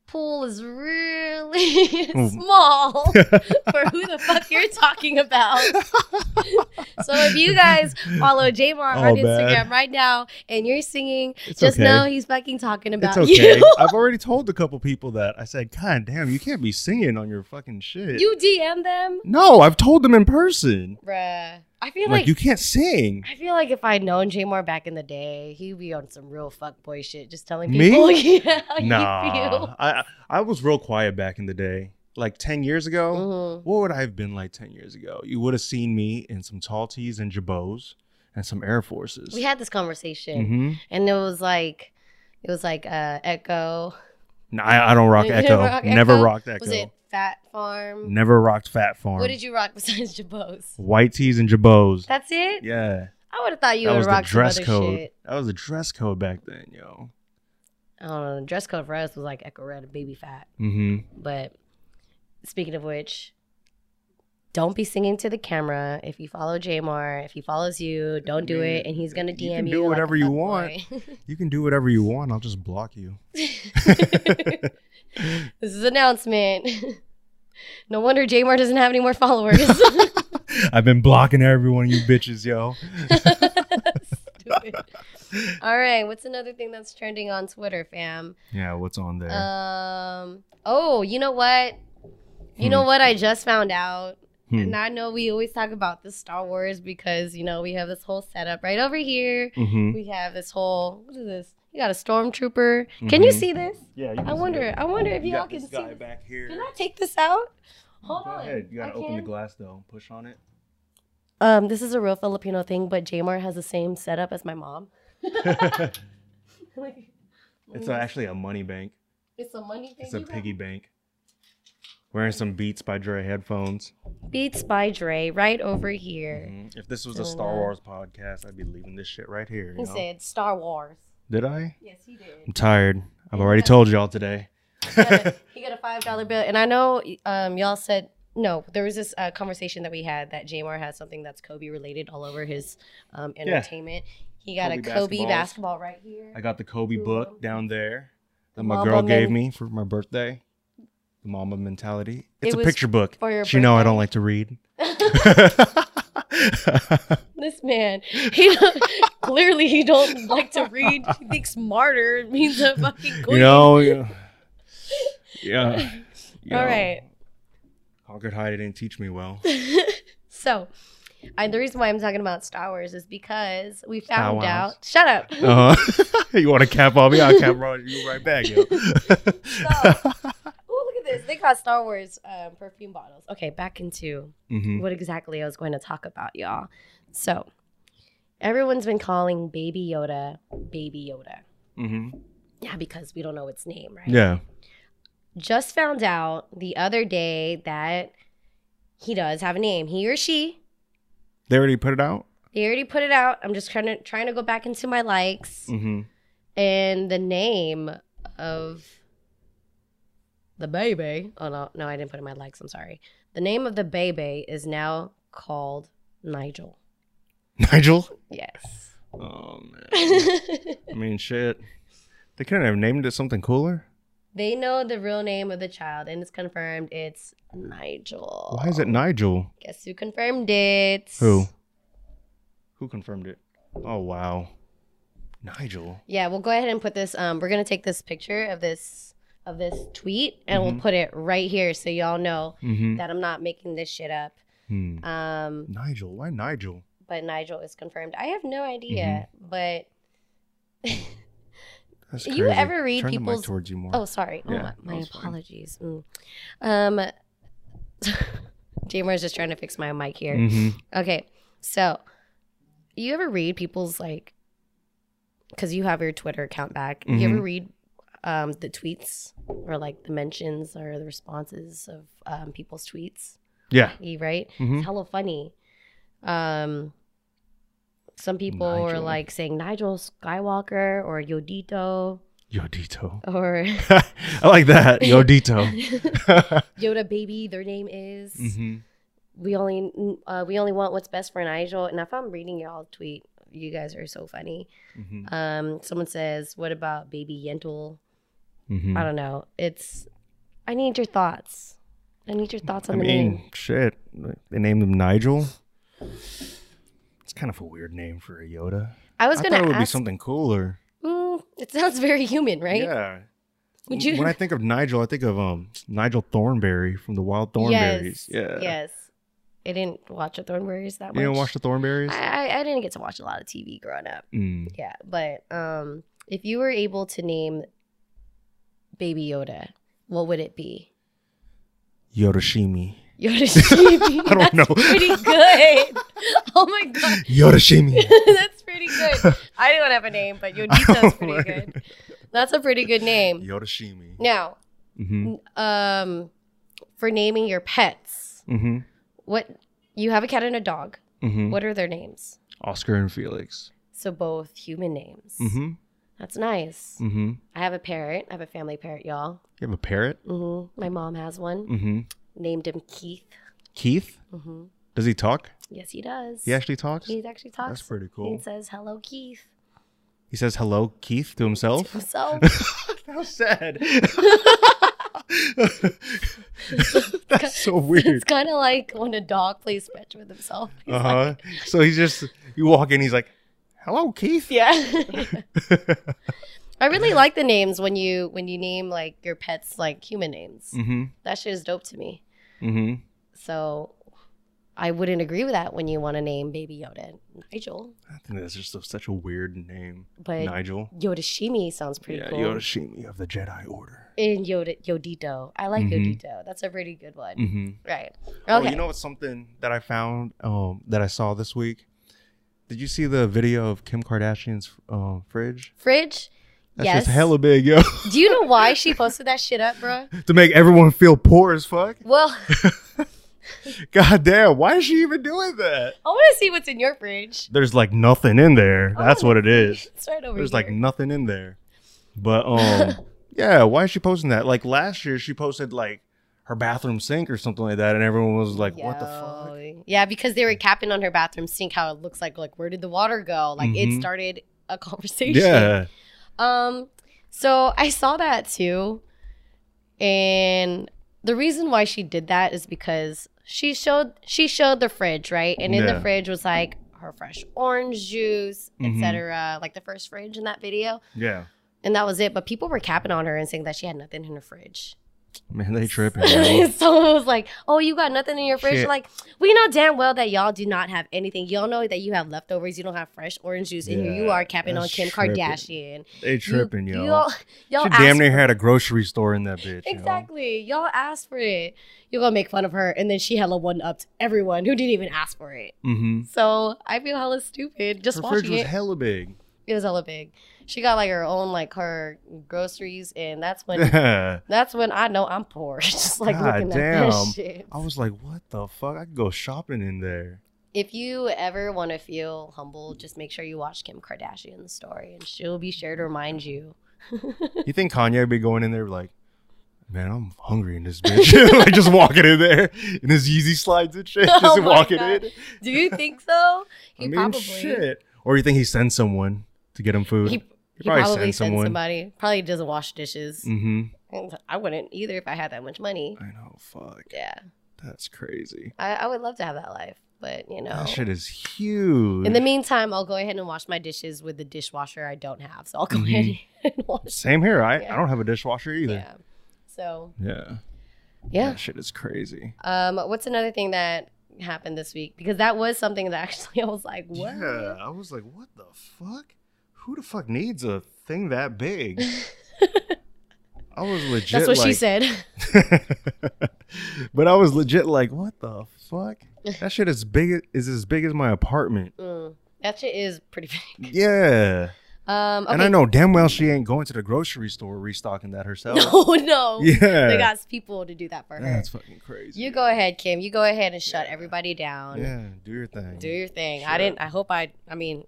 [SPEAKER 2] pool is really
[SPEAKER 1] Oh.
[SPEAKER 2] small for who the fuck you're talking about. so if you guys follow Jamon on
[SPEAKER 1] Oh, man.
[SPEAKER 2] Instagram right now and you're singing,
[SPEAKER 1] It's
[SPEAKER 2] just
[SPEAKER 1] okay.
[SPEAKER 2] know he's fucking talking about
[SPEAKER 1] It's okay.
[SPEAKER 2] you.
[SPEAKER 1] I've already told a couple people that. I said, God damn, you can't be singing on your fucking shit.
[SPEAKER 2] you DM them,
[SPEAKER 1] no, I've told them in person.
[SPEAKER 2] bruh. I feel
[SPEAKER 1] Like,
[SPEAKER 2] like,
[SPEAKER 1] you can't sing.
[SPEAKER 2] I feel like if I'd known Jamar back in the day, he'd be on some real fuckboy shit, just telling
[SPEAKER 1] Me?
[SPEAKER 2] people yeah, how you
[SPEAKER 1] Nah.
[SPEAKER 2] feel.
[SPEAKER 1] I, I I was real quiet back in the day. Like 10 years ago.
[SPEAKER 2] Mhm.
[SPEAKER 1] What would I have been like 10 years ago? You would have seen me in some tall tees and jabots and some Air Forces.
[SPEAKER 2] We had this conversation,
[SPEAKER 1] hmm
[SPEAKER 2] and it was like, it was like uh, Echo.
[SPEAKER 1] No, I, I don't rock
[SPEAKER 2] You didn't
[SPEAKER 1] Echo.
[SPEAKER 2] rock
[SPEAKER 1] Never
[SPEAKER 2] Echo?
[SPEAKER 1] rocked Echo.
[SPEAKER 2] Was it Fat Farm?
[SPEAKER 1] Never rocked Fat Farm.
[SPEAKER 2] What did you rock besides Jabos?
[SPEAKER 1] White tees and jabots.
[SPEAKER 2] That's it.
[SPEAKER 1] yeah.
[SPEAKER 2] I would have thought you
[SPEAKER 1] that
[SPEAKER 2] would
[SPEAKER 1] was
[SPEAKER 2] have
[SPEAKER 1] the
[SPEAKER 2] rocked some
[SPEAKER 1] dress
[SPEAKER 2] other
[SPEAKER 1] code.
[SPEAKER 2] shit.
[SPEAKER 1] That was the dress code back then, yo.
[SPEAKER 2] I don't know. The dress code for us was like Echo Red and Baby Fat.
[SPEAKER 1] Mm-hmm.
[SPEAKER 2] But speaking of which, don't be singing to the camera. If you follow Jamar, if he follows you, don't do it, and he's gonna
[SPEAKER 1] You
[SPEAKER 2] DM
[SPEAKER 1] can
[SPEAKER 2] you.
[SPEAKER 1] do whatever you want. You can do whatever you want. I'll just block you.
[SPEAKER 2] this is an announcement. No wonder Jamar doesn't have any more followers.
[SPEAKER 1] I've been blocking everyone, you bitches, yo.
[SPEAKER 2] Stupid. All right, what's another thing that's trending on Twitter, fam?
[SPEAKER 1] Yeah, what's on there?
[SPEAKER 2] Um, oh, you know what? You know what I just found out?
[SPEAKER 1] Hmm.
[SPEAKER 2] And I know we always talk about the Star Wars because, you know, we have this whole setup right over here.
[SPEAKER 1] mm-hmm.
[SPEAKER 2] We have this whole, what is this? You got a stormtrooper. Can you
[SPEAKER 1] Mhm.
[SPEAKER 2] see this?
[SPEAKER 1] Yeah, you
[SPEAKER 2] I wonder, I wonder if y'all can see this.
[SPEAKER 1] back here.
[SPEAKER 2] Can I take this out? Hold on. I can.
[SPEAKER 1] glass though. Push on it.
[SPEAKER 2] Um, this is a real Filipino thing, but Jamar has the same setup as my mom. like, mm,
[SPEAKER 1] It's actually a money bank.
[SPEAKER 2] it's a money thing.
[SPEAKER 1] It's a
[SPEAKER 2] you got.
[SPEAKER 1] piggy bank. Wearing some Beats by Dre headphones.
[SPEAKER 2] Beats by Dre, right over here.
[SPEAKER 1] Mhm. If this was a
[SPEAKER 2] Doing
[SPEAKER 1] Star
[SPEAKER 2] that.
[SPEAKER 1] Wars podcast, I'd be leaving this shit right here. you
[SPEAKER 2] He
[SPEAKER 1] know?
[SPEAKER 2] said Star Wars.
[SPEAKER 1] Did I?
[SPEAKER 2] Yes, he did.
[SPEAKER 1] I'm tired. I've already told y'all today.
[SPEAKER 2] He got a, he got a five dollar bill, and I know um, y'all said no. There was this uh, conversation that we had that Jamar has something that's Kobe related all over his um, entertainment. He got
[SPEAKER 1] Kobe
[SPEAKER 2] a Kobe
[SPEAKER 1] basketballs.
[SPEAKER 2] basketball right here.
[SPEAKER 1] I got the Kobe book down there that my
[SPEAKER 2] Mamba
[SPEAKER 1] girl gave
[SPEAKER 2] men-
[SPEAKER 1] me for my birthday. The mama mentality. It's
[SPEAKER 2] It
[SPEAKER 1] a
[SPEAKER 2] was
[SPEAKER 1] picture book.
[SPEAKER 2] for your
[SPEAKER 1] She know I
[SPEAKER 2] birthday.
[SPEAKER 1] don't like to read.
[SPEAKER 2] This man, he clearly he don't like to read. He thinks smarter means a fucking queen.
[SPEAKER 1] you know, yeah. yeah. you
[SPEAKER 2] All
[SPEAKER 1] know,
[SPEAKER 2] right.
[SPEAKER 1] Conquered High didn't teach me well.
[SPEAKER 2] So, I, the reason why I'm talking about Star Wars is because we
[SPEAKER 1] Star
[SPEAKER 2] found
[SPEAKER 1] Wars.
[SPEAKER 2] out. Shut up.
[SPEAKER 1] Uh-huh. you want to cap on me? I'll cap on you right back, yo.
[SPEAKER 2] Oh, look at this. They got Star Wars um, perfume bottles. Okay, back into
[SPEAKER 1] Mhm.
[SPEAKER 2] what exactly I was going to talk about, y'all. So, everyone's been calling Baby Yoda Baby Yoda.
[SPEAKER 1] Mhm.
[SPEAKER 2] Yeah, because we don't know its name, right?
[SPEAKER 1] Yeah.
[SPEAKER 2] Just found out the other day that he does have a name. He or she.
[SPEAKER 1] They already put it out?
[SPEAKER 2] They already put it
[SPEAKER 1] Mm-hmm.
[SPEAKER 2] out. I'm just trying to trying to go back into my likes.
[SPEAKER 1] Mhm.
[SPEAKER 2] and the name of the baby. Oh no, no, I didn't put in my likes. I'm sorry. The name of the baby is now called Nigel.
[SPEAKER 1] Nigel.
[SPEAKER 2] Yes.
[SPEAKER 1] Oh man. I mean, shit. They couldn't have named it something cooler.
[SPEAKER 2] they know the real name of the child, and it's confirmed. It's Nigel.
[SPEAKER 1] Why is it Nigel?
[SPEAKER 2] Guess who confirmed it?
[SPEAKER 1] Who? Who confirmed it? Oh wow. Nigel.
[SPEAKER 2] Yeah, we'll go ahead and put this. Um, we're gonna take this picture of this of this tweet, and we'll
[SPEAKER 1] Mhm.
[SPEAKER 2] put it right here so y'all know
[SPEAKER 1] Mm-hmm.
[SPEAKER 2] that I'm not making this shit up.
[SPEAKER 1] Hmm.
[SPEAKER 2] Um,
[SPEAKER 1] Nigel. Why Nigel?
[SPEAKER 2] but Nigel is confirmed. I have no idea,
[SPEAKER 1] Mm-hmm.
[SPEAKER 2] but
[SPEAKER 1] That's
[SPEAKER 2] You ever read
[SPEAKER 1] Turn the mic
[SPEAKER 2] people's-
[SPEAKER 1] towards you more?
[SPEAKER 2] oh, sorry. Oh,
[SPEAKER 1] Yeah,
[SPEAKER 2] my,
[SPEAKER 1] no,
[SPEAKER 2] my
[SPEAKER 1] it's fine.
[SPEAKER 2] apologies. Mm. Um, Jamer's just trying to fix my mic here.
[SPEAKER 1] hmm
[SPEAKER 2] Okay, so you ever read people's like, because you have your Twitter account back. You
[SPEAKER 1] Mm-hmm.
[SPEAKER 2] ever read um, the tweets or like the mentions or the responses of um, people's tweets?
[SPEAKER 1] Yeah.
[SPEAKER 2] You right?
[SPEAKER 1] Mhm.
[SPEAKER 2] It's hella funny. Um, some people were
[SPEAKER 1] Nigel.
[SPEAKER 2] like saying Nigel Skywalker or Yodito
[SPEAKER 1] Yodito.
[SPEAKER 2] or
[SPEAKER 1] I like that. Yodito.
[SPEAKER 2] Yoda baby. Their name is.
[SPEAKER 1] Oh. mm-hmm.
[SPEAKER 2] we only uh, we only want what's best for Nigel. And if I'm reading y'all tweet, you guys are so funny.
[SPEAKER 1] Mm-hmm.
[SPEAKER 2] Um, someone says, "What about baby Yentl?"
[SPEAKER 1] Mm-hmm.
[SPEAKER 2] I don't know. It's I need your thoughts. I need your thoughts
[SPEAKER 1] I
[SPEAKER 2] on the name.
[SPEAKER 1] mean, shit. They named him Nigel. It's kind of a weird name for a Yoda.
[SPEAKER 2] I was
[SPEAKER 1] I
[SPEAKER 2] gonna
[SPEAKER 1] thought it would be
[SPEAKER 2] ask.
[SPEAKER 1] something cooler.
[SPEAKER 2] mm, it sounds very human, right?
[SPEAKER 1] Yeah.
[SPEAKER 2] Would you?
[SPEAKER 1] When I think of Nigel, I think of um Nigel Thornberry from the Wild Thornberries.
[SPEAKER 2] Yes.
[SPEAKER 1] yeah.
[SPEAKER 2] Yes. I didn't watch the Thornberries that much.
[SPEAKER 1] You didn't watch the Thornberries?
[SPEAKER 2] I, I I didn't get to watch a lot of TV growing up.
[SPEAKER 1] Mm.
[SPEAKER 2] Yeah, but um, if you were able to name Baby Yoda, what would it be?
[SPEAKER 1] Yodoshimi.
[SPEAKER 2] Yoda Shimi.
[SPEAKER 1] I don't know.
[SPEAKER 2] Pretty good. Oh my god,
[SPEAKER 1] Yodoshimi.
[SPEAKER 2] that's pretty good. I don't have a name, but Yodita's pretty good. That's a pretty good name.
[SPEAKER 1] Yodoshimi.
[SPEAKER 2] Now,
[SPEAKER 1] Mm-hmm.
[SPEAKER 2] um, for naming your pets,
[SPEAKER 1] Mm-hmm.
[SPEAKER 2] what you have a cat and a dog.
[SPEAKER 1] Mm-hmm.
[SPEAKER 2] What are their names?
[SPEAKER 1] Oscar and Felix.
[SPEAKER 2] So both human names.
[SPEAKER 1] Mm-hmm.
[SPEAKER 2] That's nice.
[SPEAKER 1] Mm-hmm. You
[SPEAKER 2] I have a parrot. I have a family parrot, y'all.
[SPEAKER 1] have a parrot?
[SPEAKER 2] hmm My mom has one.
[SPEAKER 1] Mm-hmm.
[SPEAKER 2] Named him Keith.
[SPEAKER 1] Keith?
[SPEAKER 2] hmm
[SPEAKER 1] Does he talk?
[SPEAKER 2] Yes, he does.
[SPEAKER 1] He actually talks?
[SPEAKER 2] he actually talks.
[SPEAKER 1] That's pretty
[SPEAKER 2] He
[SPEAKER 1] cool.
[SPEAKER 2] says, "Hello, Keith."
[SPEAKER 1] He says hello, Keith, to himself.
[SPEAKER 2] So
[SPEAKER 1] How sad. That's so weird.
[SPEAKER 2] it's kind of like when a dog plays fetch with himself. He's
[SPEAKER 1] Uh
[SPEAKER 2] like,
[SPEAKER 1] huh. So he's just, you walk in, he's like, hello, Keith.
[SPEAKER 2] yeah. I really like the names when you when you name like your pets like human names.
[SPEAKER 1] Mm
[SPEAKER 2] That shit is dope to me.
[SPEAKER 1] hmm. Mm hmm.
[SPEAKER 2] So I wouldn't agree with that when you want to name baby Yoda Nigel,
[SPEAKER 1] I think that's just a, such a weird name.
[SPEAKER 2] but
[SPEAKER 1] Nigel.
[SPEAKER 2] Yodashimi sounds pretty
[SPEAKER 1] Yeah,
[SPEAKER 2] cool.
[SPEAKER 1] Yodoshimi of the Jedi Order.
[SPEAKER 2] and Yoda Yodito, I like
[SPEAKER 1] Mhm.
[SPEAKER 2] Yodito. That's a pretty good one.
[SPEAKER 1] Mm hmm.
[SPEAKER 2] Right. Okay.
[SPEAKER 1] Oh, you know what's something that I found um, that I saw this week? Did you see the video of Kim Kardashian's uh, fridge?
[SPEAKER 2] Fridge.
[SPEAKER 1] That's
[SPEAKER 2] yes.
[SPEAKER 1] just hella big, yo.
[SPEAKER 2] Do you know why she posted that shit up, bro?
[SPEAKER 1] to make everyone feel poor as fuck.
[SPEAKER 2] Well,
[SPEAKER 1] God damn, why is she even doing that?
[SPEAKER 2] I want to see what's in your fridge.
[SPEAKER 1] There's like nothing in there. That's
[SPEAKER 2] Oh,
[SPEAKER 1] what it is.
[SPEAKER 2] It's right over
[SPEAKER 1] There's
[SPEAKER 2] here.
[SPEAKER 1] like nothing in there. But um yeah, why is she posting that? Like last year she posted like her bathroom sink or something like that and everyone was like, "What the fuck?"
[SPEAKER 2] Yo. Yeah, because they were capping on her bathroom sink how it looks like like where did the water go? Like
[SPEAKER 1] Mhm.
[SPEAKER 2] it started a conversation.
[SPEAKER 1] Yeah.
[SPEAKER 2] Um so I saw that too. And the reason why she did that is because she showed she showed the fridge, right? And in
[SPEAKER 1] Yeah.
[SPEAKER 2] the fridge was like her fresh orange juice,
[SPEAKER 1] Mhm.
[SPEAKER 2] etc. Like the first fridge in that video.
[SPEAKER 1] Yeah.
[SPEAKER 2] And that was it. But people were capping on her and saying that she had nothing in her fridge.
[SPEAKER 1] Man, they tripping. bro.
[SPEAKER 2] Someone was like, "Oh, you got nothing in your fridge."
[SPEAKER 1] Shit.
[SPEAKER 2] Like, we know damn well that y'all do not have anything. Y'all know that you have leftovers. You don't have fresh orange juice, and you
[SPEAKER 1] Yeah,
[SPEAKER 2] are capping on
[SPEAKER 1] that's
[SPEAKER 2] Kim
[SPEAKER 1] tripping.
[SPEAKER 2] Kardashian.
[SPEAKER 1] they tripping,
[SPEAKER 2] you,
[SPEAKER 1] yo.
[SPEAKER 2] Y'all, y'all
[SPEAKER 1] She
[SPEAKER 2] asked
[SPEAKER 1] damn near had a grocery store in that bitch. yo.
[SPEAKER 2] exactly. Y'all asked for it. You're gonna make fun of her, and then she hella one upped everyone who didn't even ask for it.
[SPEAKER 1] Mhm.
[SPEAKER 2] So I feel hella stupid just
[SPEAKER 1] Her fridge
[SPEAKER 2] watching
[SPEAKER 1] was
[SPEAKER 2] it.
[SPEAKER 1] hella big.
[SPEAKER 2] it was hella big. She got like her own like her groceries, and that's when.
[SPEAKER 1] Yeah.
[SPEAKER 2] That's when I know I'm poor. Just like
[SPEAKER 1] God
[SPEAKER 2] looking at
[SPEAKER 1] damn.
[SPEAKER 2] that shit.
[SPEAKER 1] I was like, what the fuck? I could go shopping in there.
[SPEAKER 2] If you ever want to feel humble, just make sure you watch Kim Kardashian's story, and she'll be sure to remind you
[SPEAKER 1] You think Kanye would be going in there like, man, I'm hungry in this bitch, like just walking in there in his Yeezy slides and shit, just
[SPEAKER 2] Oh my
[SPEAKER 1] walking
[SPEAKER 2] God.
[SPEAKER 1] in.
[SPEAKER 2] Do you think so? He
[SPEAKER 1] I mean,
[SPEAKER 2] probably
[SPEAKER 1] shit. Or you think he sends someone to get him food?
[SPEAKER 2] he, he
[SPEAKER 1] probably
[SPEAKER 2] probably,
[SPEAKER 1] sent
[SPEAKER 2] sends
[SPEAKER 1] someone.
[SPEAKER 2] somebody. Probably doesn't wash dishes.
[SPEAKER 1] mm-hmm.
[SPEAKER 2] And I wouldn't either if I had that much money.
[SPEAKER 1] I know. Fuck.
[SPEAKER 2] Yeah,
[SPEAKER 1] That's crazy.
[SPEAKER 2] I, I would love to have that life, but you know.
[SPEAKER 1] That shit is huge.
[SPEAKER 2] In the meantime, I'll go ahead and wash my dishes with the dishwasher I don't have. So I'll go
[SPEAKER 1] Mhm.
[SPEAKER 2] ahead and wash.
[SPEAKER 1] Same here. I,
[SPEAKER 2] Yeah.
[SPEAKER 1] I don't have a dishwasher either.
[SPEAKER 2] Yeah. So
[SPEAKER 1] Yeah.
[SPEAKER 2] yeah.
[SPEAKER 1] That shit is crazy.
[SPEAKER 2] Um, what's another thing that happened this week? Because that was something that actually I was like, what?
[SPEAKER 1] Yeah. I was like, what the fuck? Who the fuck needs a thing that big? I was legit.
[SPEAKER 2] That's what she
[SPEAKER 1] like-
[SPEAKER 2] said.
[SPEAKER 1] but I was legit like, what the fuck? That shit is big is as big as my apartment.
[SPEAKER 2] Mm, that shit is pretty big.
[SPEAKER 1] Yeah.
[SPEAKER 2] Um, okay.
[SPEAKER 1] And I know damn well she ain't going to the grocery store restocking that herself.
[SPEAKER 2] No, no.
[SPEAKER 1] Yeah.
[SPEAKER 2] They got people to do that for her.
[SPEAKER 1] That's fucking crazy.
[SPEAKER 2] you go ahead, Kim. You go ahead and shut
[SPEAKER 1] Yeah.
[SPEAKER 2] everybody down.
[SPEAKER 1] Yeah, do your thing.
[SPEAKER 2] Do your thing.
[SPEAKER 1] Sure.
[SPEAKER 2] I didn't. I hope I. I mean,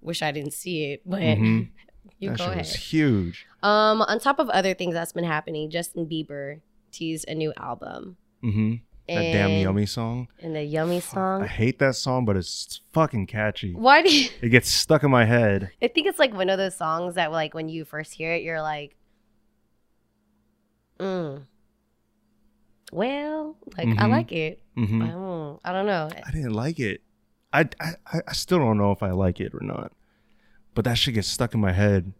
[SPEAKER 2] wish I didn't see it, but
[SPEAKER 1] Mhm.
[SPEAKER 2] you
[SPEAKER 1] that
[SPEAKER 2] go
[SPEAKER 1] shit
[SPEAKER 2] ahead.
[SPEAKER 1] was huge.
[SPEAKER 2] Um, on top of other things that's been happening, Justin Bieber teased a new album.
[SPEAKER 1] Mm-hmm. That damn
[SPEAKER 2] And-
[SPEAKER 1] yummy song.
[SPEAKER 2] And the yummy
[SPEAKER 1] I
[SPEAKER 2] song.
[SPEAKER 1] hate that song, but it's fucking catchy.
[SPEAKER 2] Why do you?
[SPEAKER 1] It gets stuck in my head.
[SPEAKER 2] I think it's like one of those songs that like when you first hear it, you're like, mm. Well, like I
[SPEAKER 1] Mhm.
[SPEAKER 2] like it.
[SPEAKER 1] hmm
[SPEAKER 2] I don't- I don't know.
[SPEAKER 1] I didn't like it. I, I I- I still don't know if I like it or not. But that shit gets stuck in my head,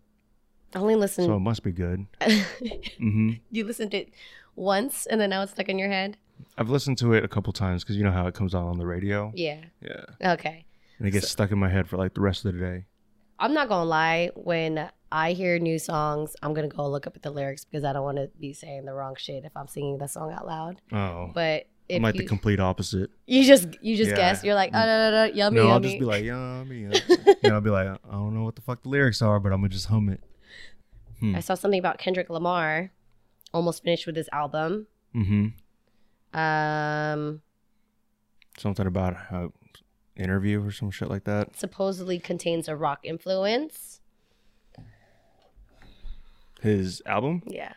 [SPEAKER 2] I only listened.
[SPEAKER 1] so it must be good. hmm
[SPEAKER 2] you listened to it once, and then now it's stuck in your head.
[SPEAKER 1] I've listened to it a couple times because you know how it comes out on the radio.
[SPEAKER 2] Yeah.
[SPEAKER 1] Yeah,
[SPEAKER 2] Okay.
[SPEAKER 1] and it gets stuck in my head for like the rest of the day.
[SPEAKER 2] I'm not gonna lie. When I hear new songs, I'm gonna go look up at the lyrics because I don't want to be saying the wrong shit if I'm singing that song out loud.
[SPEAKER 1] Oh,
[SPEAKER 2] But if
[SPEAKER 1] I'm like
[SPEAKER 2] you,
[SPEAKER 1] the complete opposite.
[SPEAKER 2] you just you just
[SPEAKER 1] Yeah.
[SPEAKER 2] guess, you're like, oh, no, no, no, yummy,
[SPEAKER 1] no,
[SPEAKER 2] yummy.
[SPEAKER 1] I'll just be like, yummy. yummy. and uh," I'll be like, I don't know what the fuck the lyrics are, but I'm gonna just hum it. hmm.
[SPEAKER 2] I saw something about Kendrick Lamar almost finished with his album.
[SPEAKER 1] Mm-hmm.
[SPEAKER 2] Um,
[SPEAKER 1] Something about an interview or some shit like that.
[SPEAKER 2] supposedly contains a rock influence.
[SPEAKER 1] His album,
[SPEAKER 2] Yeah.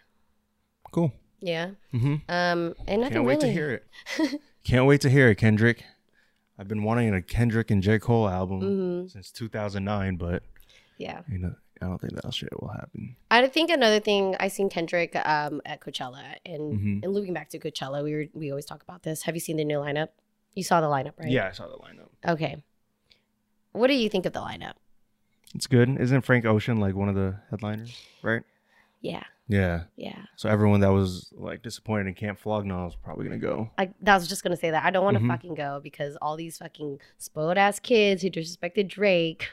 [SPEAKER 1] cool.
[SPEAKER 2] Yeah.
[SPEAKER 1] Mm-hmm.
[SPEAKER 2] Um, and nothing
[SPEAKER 1] Can't wait
[SPEAKER 2] really.
[SPEAKER 1] to hear it. Can't wait to hear it, Kendrick. I've been wanting a Kendrick and J Cole album
[SPEAKER 2] Mhm.
[SPEAKER 1] since 2009, but
[SPEAKER 2] Yeah.
[SPEAKER 1] you know, I don't think that shit will happen.
[SPEAKER 2] I think another thing I seen Kendrick um, at Coachella and
[SPEAKER 1] Mhm.
[SPEAKER 2] and looking back to Coachella, we were we always talk about this. Have you seen the new lineup? You saw the lineup, right?
[SPEAKER 1] Yeah, I saw the lineup.
[SPEAKER 2] Okay. What do you think of the lineup?
[SPEAKER 1] It's good. Isn't Frank Ocean like one of the headliners, right?
[SPEAKER 2] Yeah.
[SPEAKER 1] Yeah.
[SPEAKER 2] Yeah.
[SPEAKER 1] So everyone that was like disappointed in Camp Flognaw is probably gonna go.
[SPEAKER 2] I, I was just gonna say that I don't want to
[SPEAKER 1] Mhm.
[SPEAKER 2] fucking go because all these fucking spoiled ass kids who disrespected Drake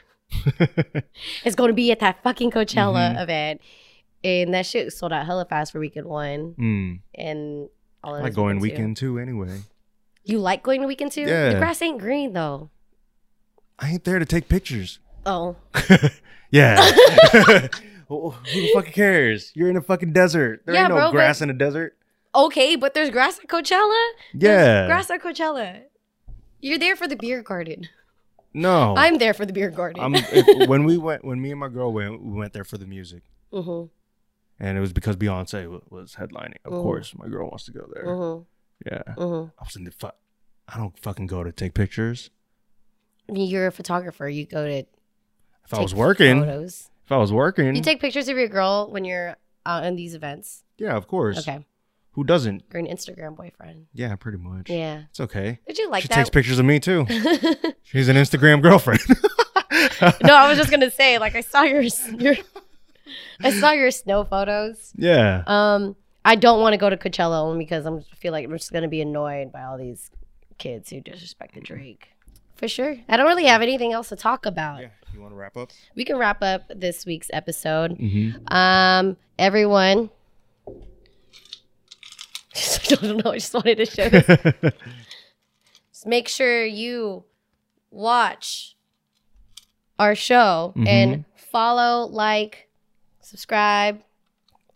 [SPEAKER 2] is gonna be at that fucking
[SPEAKER 1] Mm-hmm.
[SPEAKER 2] Coachella event, and that shit sold out hella fast for weekend one
[SPEAKER 1] mm.
[SPEAKER 2] and all.
[SPEAKER 1] I
[SPEAKER 2] of
[SPEAKER 1] like
[SPEAKER 2] those
[SPEAKER 1] going
[SPEAKER 2] two.
[SPEAKER 1] weekend too. Anyway,
[SPEAKER 2] You like going to weekend two?
[SPEAKER 1] Yeah.
[SPEAKER 2] The grass ain't green though.
[SPEAKER 1] I ain't there to take pictures.
[SPEAKER 2] Oh,
[SPEAKER 1] Yeah. Who the fuck cares? You're in a fucking desert. There
[SPEAKER 2] Yeah,
[SPEAKER 1] ain't no
[SPEAKER 2] bro, but-
[SPEAKER 1] grass in a desert.
[SPEAKER 2] okay, but there's grass at Coachella. There's
[SPEAKER 1] Yeah.
[SPEAKER 2] grass at Coachella. You're there for the beer garden.
[SPEAKER 1] No.
[SPEAKER 2] I'm there for the beer garden.
[SPEAKER 1] Oh. I'm- if- when we went, when me and my girl went, we went there for the music,
[SPEAKER 2] hmm
[SPEAKER 1] and it was because Beyonce wa- was headlining. Of
[SPEAKER 2] Mhm.
[SPEAKER 1] course, my girl wants to go there.
[SPEAKER 2] hmm
[SPEAKER 1] Yeah.
[SPEAKER 2] hmm
[SPEAKER 1] I was in the fuck. I don't fucking go to take pictures.
[SPEAKER 2] You're a photographer. You go to.
[SPEAKER 1] If I was working,
[SPEAKER 2] Photos.
[SPEAKER 1] if I was working,
[SPEAKER 2] You take pictures of your girl when you're out in these events.
[SPEAKER 1] yeah, of course.
[SPEAKER 2] Okay.
[SPEAKER 1] Who doesn't?
[SPEAKER 2] You're an Instagram boyfriend.
[SPEAKER 1] Yeah, pretty much.
[SPEAKER 2] Yeah.
[SPEAKER 1] It's okay.
[SPEAKER 2] Did you like
[SPEAKER 1] she takes
[SPEAKER 2] that?
[SPEAKER 1] pictures of me too.
[SPEAKER 2] no,
[SPEAKER 1] She's an Instagram girlfriend.
[SPEAKER 2] I was just gonna say, like, I saw your your, I saw your snow photos.
[SPEAKER 1] yeah.
[SPEAKER 2] Um, I don't want to go to Coachella only because I'm I feel like I'm just gonna be annoyed by all these kids who disrespected Drake. For sure. I don't really have anything else to talk about.
[SPEAKER 1] yeah. You want to wrap up?
[SPEAKER 2] We can wrap up this week's episode.
[SPEAKER 1] Mm-hmm.
[SPEAKER 2] Um, everyone. I don't know. I just wanted to show this. Just make sure you watch our show and follow, like, subscribe,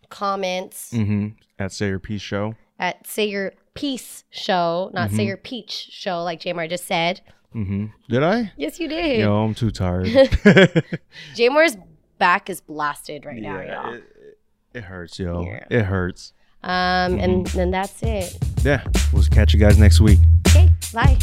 [SPEAKER 2] comment
[SPEAKER 1] mm-hmm. At Say Your Peace Show.
[SPEAKER 2] at Say Your Peace Show, not Say Your Peach Show, like Jamar just said.
[SPEAKER 1] Mm-hmm. Did I?
[SPEAKER 2] Yes, you did.
[SPEAKER 1] Yo, I'm too tired.
[SPEAKER 2] Jamar's back is blasted right now,
[SPEAKER 1] yeah,
[SPEAKER 2] y'all.
[SPEAKER 1] it, it hurts, yo.
[SPEAKER 2] Yeah.
[SPEAKER 1] It hurts.
[SPEAKER 2] Um, and then that's it.
[SPEAKER 1] Yeah, we'll catch you guys next week.
[SPEAKER 2] Okay, bye.